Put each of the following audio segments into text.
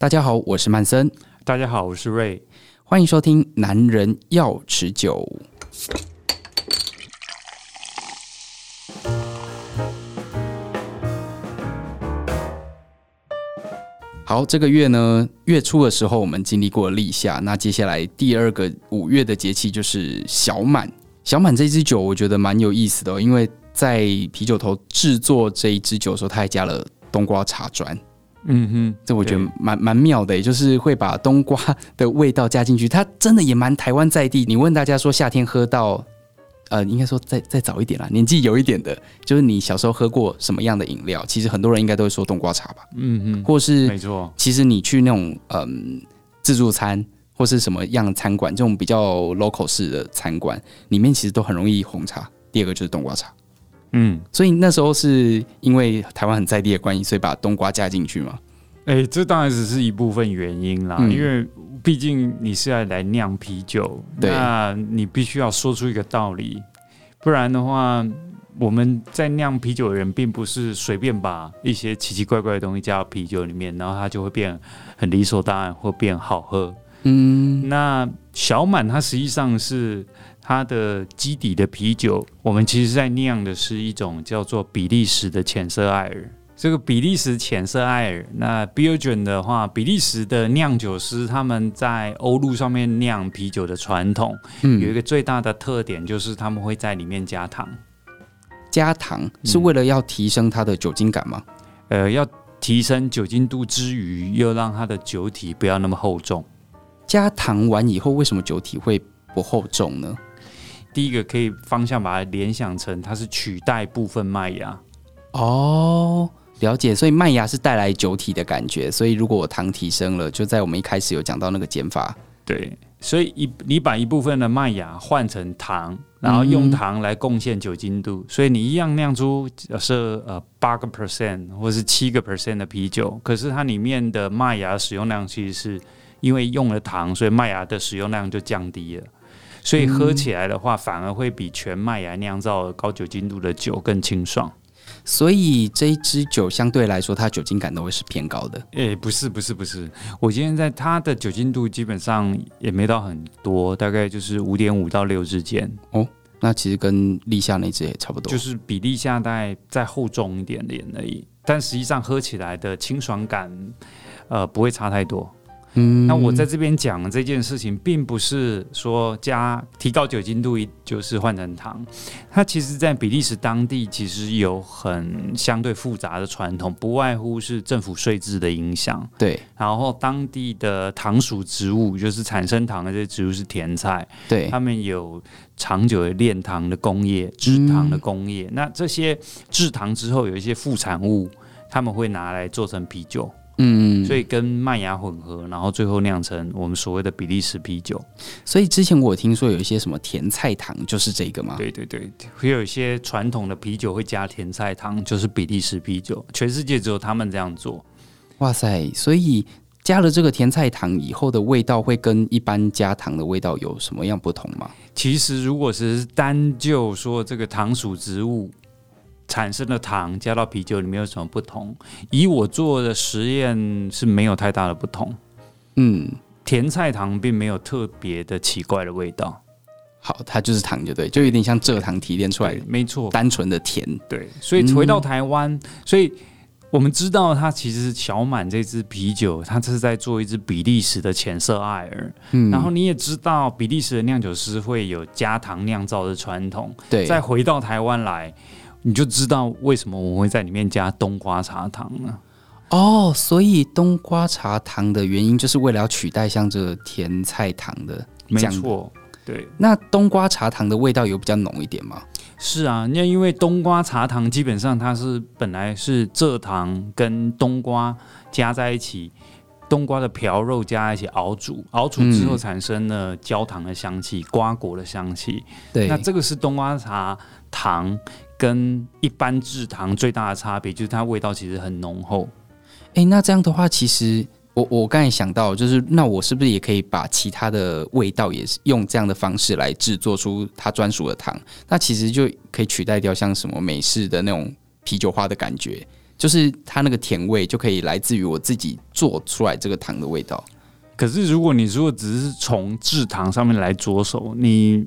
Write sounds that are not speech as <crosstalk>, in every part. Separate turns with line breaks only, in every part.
大家好，我是曼森，
大家好，我是瑞。
欢迎收听《男人要持久》。好，这个月呢，月初的时候我们经历过立夏，那接下来第二个五月的节气就是小满。小满这支酒我觉得蛮有意思的、哦，因为在啤酒头制作这一支酒的时候，它还加了冬瓜茶砖。
嗯哼，
这我觉得蛮蛮妙的，也就是会把冬瓜的味道加进去。它真的也蛮台湾在地。你问大家说夏天喝到，呃，应该说再再早一点啦，年纪有一点的，就是你小时候喝过什么样的饮料？其实很多人应该都会说冬瓜茶吧，
嗯
或
哼，
是
没错，
其实你去那种嗯自助餐或是什么样的餐馆，这种比较 local 式的餐馆里面，其实都很容易红茶。第二个就是冬瓜茶，
嗯，
所以那时候是因为台湾很在地的关系，所以把冬瓜加进去嘛。
哎、这当然只是一部分原因啦，
嗯
因为毕竟你是要来酿啤酒，
对
那你必须要说出一个道理，不然的话，我们在酿啤酒的人并不是随便把一些奇奇怪怪的东西加到啤酒里面，然后它就会变很理所当然或变好喝。
嗯，
那小满它实际上是它的基底的啤酒，我们其实在酿的是一种叫做比利时的浅色艾尔。这个比利时浅色艾尔，那 b i r g e n 的话，比利时的酿酒师他们在欧陆上面酿啤酒的传统，
嗯
有一个最大的特点就是他们会在里面加糖，
加糖
嗯
是为了要提升它的酒精感吗？
呃，要提升酒精度之余，又让它的酒体不要那么厚重。
加糖完以后，为什么酒体会不厚重呢？
第一个可以方向把它联想成它是取代部分麦芽，
哦，了解。所以麦芽是带来酒体的感觉，所以如果我糖提升了，就在我们一开始有讲到那个减法，
对，所以一你把一部分的麦芽换成糖，然后用糖来贡献酒精度，所以你一样酿出假设呃八个 percent 或是七个 percent 的啤酒，可是它里面的麦芽使用量其实是因为用了糖，所以麦芽的使用量就降低了。所以喝起来的话，反而会比全麦芽酿造的高酒精度的酒更清爽。
所以这一支酒相对来说，它酒精感都会是偏高的。
诶、不是不是不是，我今天在它的酒精度基本上也没到很多，大概就是五点五到六之间。
那其实跟立夏那支也差不多。
就是比例下再再厚重一点点而已，但实际上喝起来的清爽感，呃，不会差太多。
嗯
那我在这边讲的这件事情，并不是说加提高酒精度一就是换成糖，它其实在比利时当地其实有很相对复杂的传统，不外乎是政府税制的影响，
对
然后当地的糖属植物就是产生糖的这些植物是甜菜，
对
他们有长久的炼糖的工业、制糖的工业。那这些制糖之后有一些副产物，他们会拿来做成啤酒，
嗯，
所以跟麦芽混合，然后最后酿成我们所谓的比利时啤酒。
所以之前我有听说有一些什么甜菜糖，就是这个吗？
对对对，会有一些传统的啤酒会加甜菜糖，就是比利时啤酒，全世界只有他们这样做。
哇塞！所以加了这个甜菜糖以后的味道，会跟一般加糖的味道有什么样不同吗？
其实，如果只是单就说这个糖属植物产生的糖加到啤酒里面有什么不同，以我做的实验是没有太大的不同。
嗯，
甜菜糖并没有特别的奇怪的味道，
好，它就是糖，就对，就有点像蔗糖提炼出来
对，没错，
单纯的甜。
对。所以回到台湾，所以我们知道它其实小满这支啤酒，它是在做一支比利时的浅色艾尔。
嗯，
然后你也知道，比利时的酿酒师会有加糖酿造的传统。
对，
再回到台湾来，你就知道为什么我们会在里面加冬瓜茶糖了。
哦，所以冬瓜茶糖的原因就是为了要取代像这个甜菜糖的。
没
酱
错，对，
那冬瓜茶糖的味道有比较浓一点吗？
是啊，那因为冬瓜茶糖基本上它是本来是蔗糖跟冬瓜加在一起，冬瓜的瓢肉加在一起熬煮，熬煮之
嗯
后产生了焦糖的香气、瓜果的香气。
对，
那这个是冬瓜茶糖跟一般制糖最大的差别，就是它味道其实很浓厚。
诶，那这样的话，其实我我刚才想到，就是那我是不是也可以把其他的味道也是用这样的方式来制作出它专属的糖？那其实就可以取代掉像什么美式的那种啤酒花的感觉，就是它那个甜味就可以来自于我自己做出来这个糖的味道。
可是如果你如果只是从制糖上面来着手，你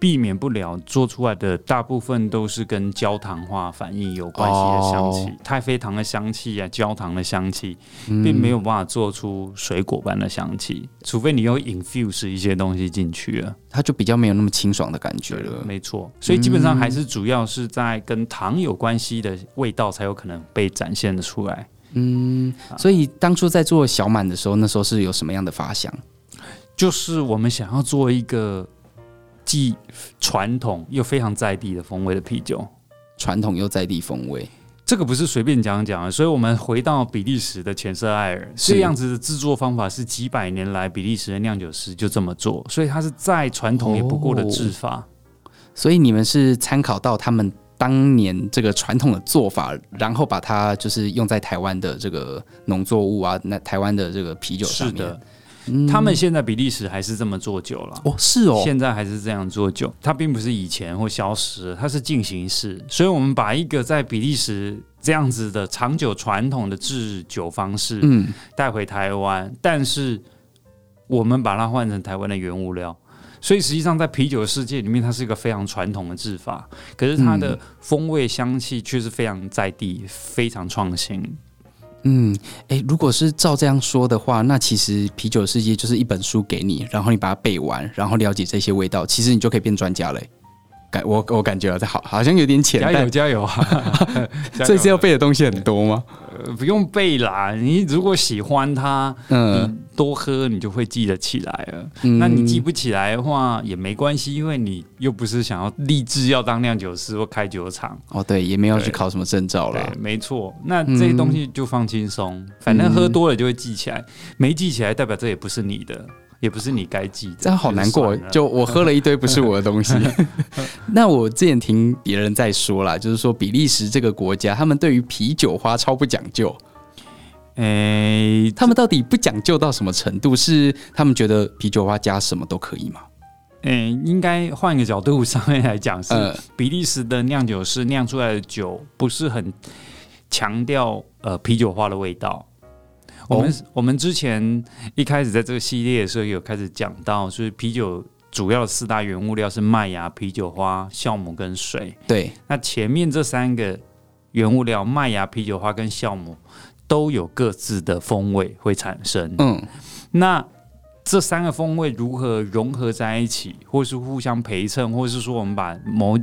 避免不了做出来的大部分都是跟焦糖化反应有关系的香气，
哦
太妃糖的香气啊，焦糖的香气，
嗯
并没有办法做出水果般的香气，除非你又 infuse 一些东西进去了。
它就比较没有那么清爽的嗯感觉
对
了。
没错。所以基本上还是主要是在跟糖有关系的味道才有可能被展现的出来。
嗯，所以当初在做小满的时候，那时候是有什么样的发想？
就是我们想要做一个既传统又非常在地的风味的啤酒。
传统又在地风味，
这个不是随便讲讲的，所以我们回到比利时的全色艾尔，
是
这样子的制作方法是几百年来比利时的酿酒师就这么做，所以它是再传统也不过的制法。
哦所以你们是参考到他们当年这个传统的做法，然后把它就是用在台湾的这个农作物啊，那台湾的这个啤酒上
是
面。
的，
嗯
他们现在比利时还是这么做酒了。
哦，是哦，
现在还是这样做酒，它并不是以前或消失了，它是进行式。所以，我们把一个在比利时这样子的长久传统的制酒方式
嗯，
带回台湾，但是我们把它换成台湾的原物料。所以，实际上在啤酒的世界里面，它是一个非常传统的制法，可是它的
嗯
风味香气却是非常在地、非常创新。
嗯，诶，如果是照这样说的话，那其实《啤酒世界》就是一本书给你，然后你把它背完，然后了解这些味道，其实你就可以变专家嘞。感我我感觉啊，这好好像有点浅，
加油，
但 <laughs>
加油 <laughs> 啊！加油
这次要背的东西很多吗？
呃不用背啦，你如果喜欢它，
嗯，
你多喝，你就会记得起来了。
嗯
那你记不起来的话也没关系，因为你又不是想要立志要当酿酒师或开酒厂。
哦，对，也没有去
对
考什么证照
对
啦。，嗯
没错。那这些东西就放轻松，反正喝多了就会记起来，没记起来代表这也不是你的，也不是你该记的。
这样好难过
就算，了
就我喝了一堆不是我的
<laughs>
东西。那我之前听别人在说啦，就是说比利时这个国家，他们对于啤酒花超不讲究，
诶、
他们到底不讲究到什么程度？是他们觉得啤酒花加什么都可以吗？
诶、应该换个角度上面来讲是，
呃，
比利时的酿酒师酿出来的酒不是很强调呃啤酒花的味道。我们、我们之前一开始在这个系列的时候有开始讲到，就是啤酒主要的四大原物料是麦芽、啤酒花、酵母跟水。
对，
那前面这三个原物料，麦芽、啤酒花跟酵母都有各自的风味会产生。
嗯，
那这三个风味如何融合在一起，或是互相陪衬，或是说我们把某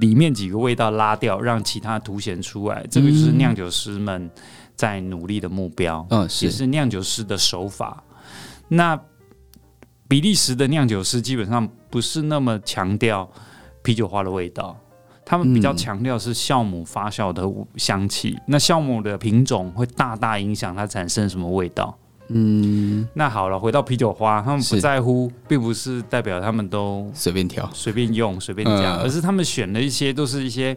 里面几个味道拉掉，让其他凸显出来，这个就是酿酒师们在努力的目标，
嗯
也
是
是酿酒师的手法。那比利时的酿酒师基本上不是那么强调啤酒花的味道。他们比较
嗯
强调是酵母发酵的香气，那酵母的品种会大大影响它产生什么味道。
嗯，
那好了，回到啤酒花，他们不
是
在乎，并不是代表他们都
随便挑，
随便用、随便加，
嗯
而是他们选的一些都是一些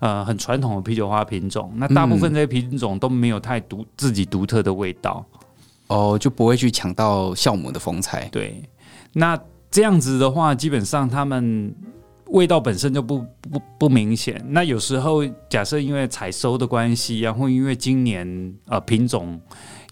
呃很传统的啤酒花品种。那大部分这些品种都没有太独自己独特的味道。
哦，就不会去抢到酵母的风采。
对，那这样子的话，基本上他们。味道本身就不不不明显。那有时候假设因为采收的关系啊，然后因为今年呃品种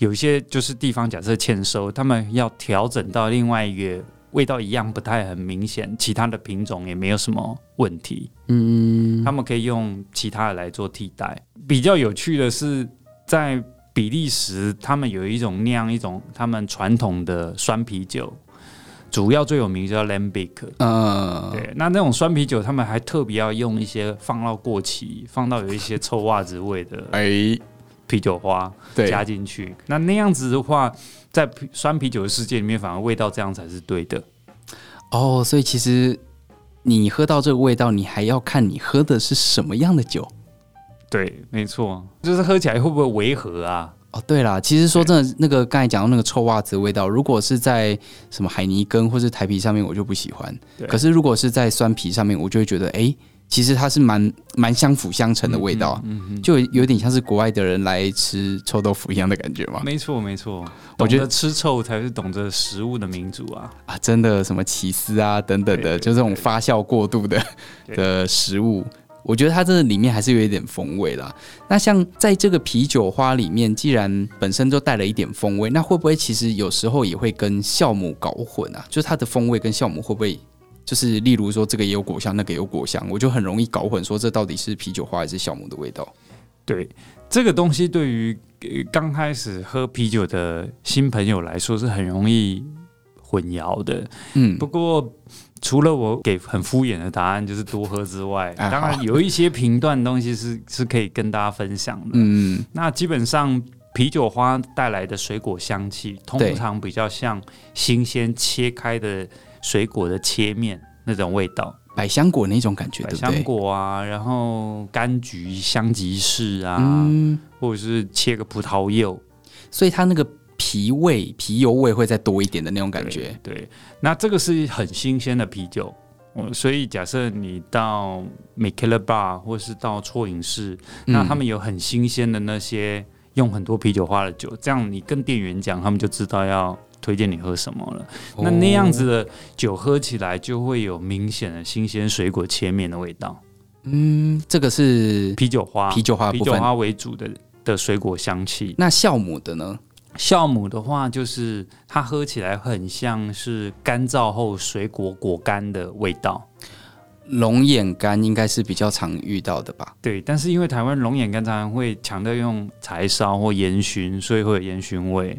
有一些就是地方假设欠收，他们要调整到另外一个味道一样不太很明显，其他的品种也没有什么问题。嗯，他们可以用其他的来做替代。比较有趣的是，在比利时，他们有一种酿一种他们传统的酸啤酒，主要最有名叫 Lambic。
嗯，
对，那那种酸啤酒，他们还特别要用一些放到过期、放到有一些臭袜子味的
哎，
啤酒花
对，
加进去。那那样子的话，在啤酸啤酒的世界里面，反而味道这样才是对的。
哦，所以其实你喝到这个味道，你还要看你喝的是什么样的酒。
对，没错，就是喝起来会不会违和啊？
哦，对啦，其实说真的，那个刚才讲到那个臭袜子的味道，如果是在什么海泥根或是台啤上面，我就不喜欢。
对
可是如果是在酸啤上面，我就会觉得，哎、其实它是蛮蛮相辅相成的味道，
嗯嗯嗯
就有点像是国外的人来吃臭豆腐一样的感觉嘛。
没错没错，
我
懂
觉
得
得
吃臭才是懂得食物的民族啊。
啊，真的什么起司啊等等
对
的，
对
就这种发酵过度的
<laughs> 对
的食物，我觉得它这里面还是有一点风味啦。那像在这个啤酒花里面，既然本身就带了一点风味，那会不会其实有时候也会跟酵母搞混啊？就是它的风味跟酵母会不会？就是例如说这个也有果香，那个也有果香，我就很容易搞混，说这到底是啤酒花还是酵母的味道。
对，这个东西对于呃刚开始喝啤酒的新朋友来说是很容易混淆的。
嗯
不，过，除了我给很敷衍的答案就是多喝之外，
啊
当然有一些评断东西是是可以跟大家分享的。
嗯，
那基本上啤酒花带来的水果香气，
对
通常比较像新鲜切开的水果的切面那种味道，
百香果那种感觉，
百
对不
香
对？
果啊，然后柑橘、香吉士啊，
嗯，
或者是切个葡萄柚，
所以它那个皮味、皮油味会再多一点的那种感觉。
对。对那这个是很新鲜的啤酒，嗯，所以假设你到 m i k e l a Bar 或是到啜饮室，那
嗯
他们有很新鲜的那些用很多啤酒花的酒，这样你跟店员讲，他们就知道要推荐你喝什么了。那那样子
哦
的酒喝起来就会有明显的新鲜水果切面的味道，
嗯，这个是
啤酒花、
啤酒花的
啤
部
酒
分。
花为主的的水果香气。
那酵母的呢？
酵母的话，就是它喝起来很像是干燥后水果果干的味道。
龙眼干应该是比较常遇到的吧？
对，但是因为台湾龙眼干常常会强调用柴烧或烟熏，所以会有烟熏味。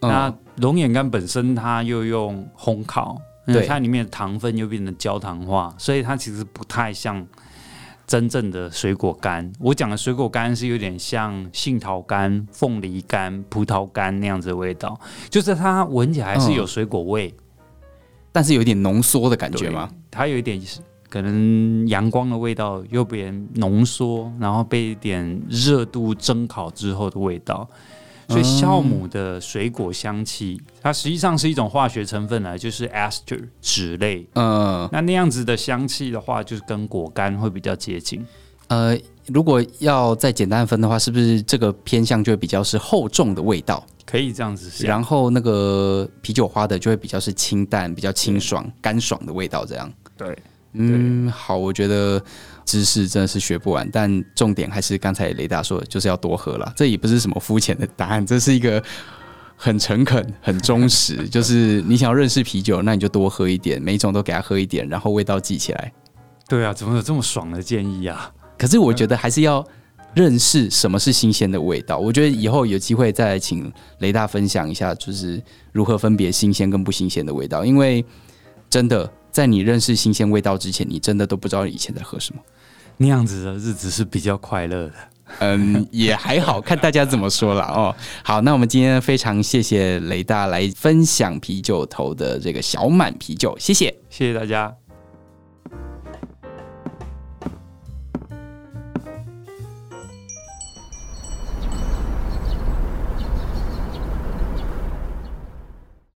那
嗯，
龙眼干本身它又用烘烤，嗯
对
它里面的糖分又变成焦糖化，所以它其实不太像真正的水果干。我讲的水果干是有点像杏桃干、凤梨干、葡萄干那样子的味道，就是它闻起来
嗯
是有水果味，
但是有点浓缩的感觉吗？
它有一点可能阳光的味道又被浓缩，然后被一点热度蒸烤之后的味道。
嗯
所以酵母的水果香气，它实际上是一种化学成分来，啊就是 ester 酯类。
呃
那那样子的香气的话，就是跟果干会比较接近。
呃，如果要再简单分的话，是不是这个偏向就会比较是厚重的味道，
可以这样子想，
然后那个啤酒花的就会比较是清淡、比较清爽、干爽的味道这样？
对，
嗯，好，我觉得知识真的是学不完，但重点还是刚才雷达说的，就是要多喝啦。这也不是什么肤浅的答案，这是一个很诚恳、很忠实，就是你想要认识啤酒，那你就多喝一点，每一种都给它喝一点，然后味道记起来。
对啊，怎么有这么爽的建议啊？
可是我觉得还是要认识什么是新鲜的味道。我觉得以后有机会再来请雷大分享一下，就是如何分别新鲜跟不新鲜的味道，因为真的在你认识新鲜味道之前，你真的都不知道以前在喝什么。
那样子的日子是比较快乐的。
嗯，也还好，看大家怎么说啦。哦。好，那我们今天非常谢谢雷大来分享啤酒头的这个小满啤酒，谢谢。
谢谢大家。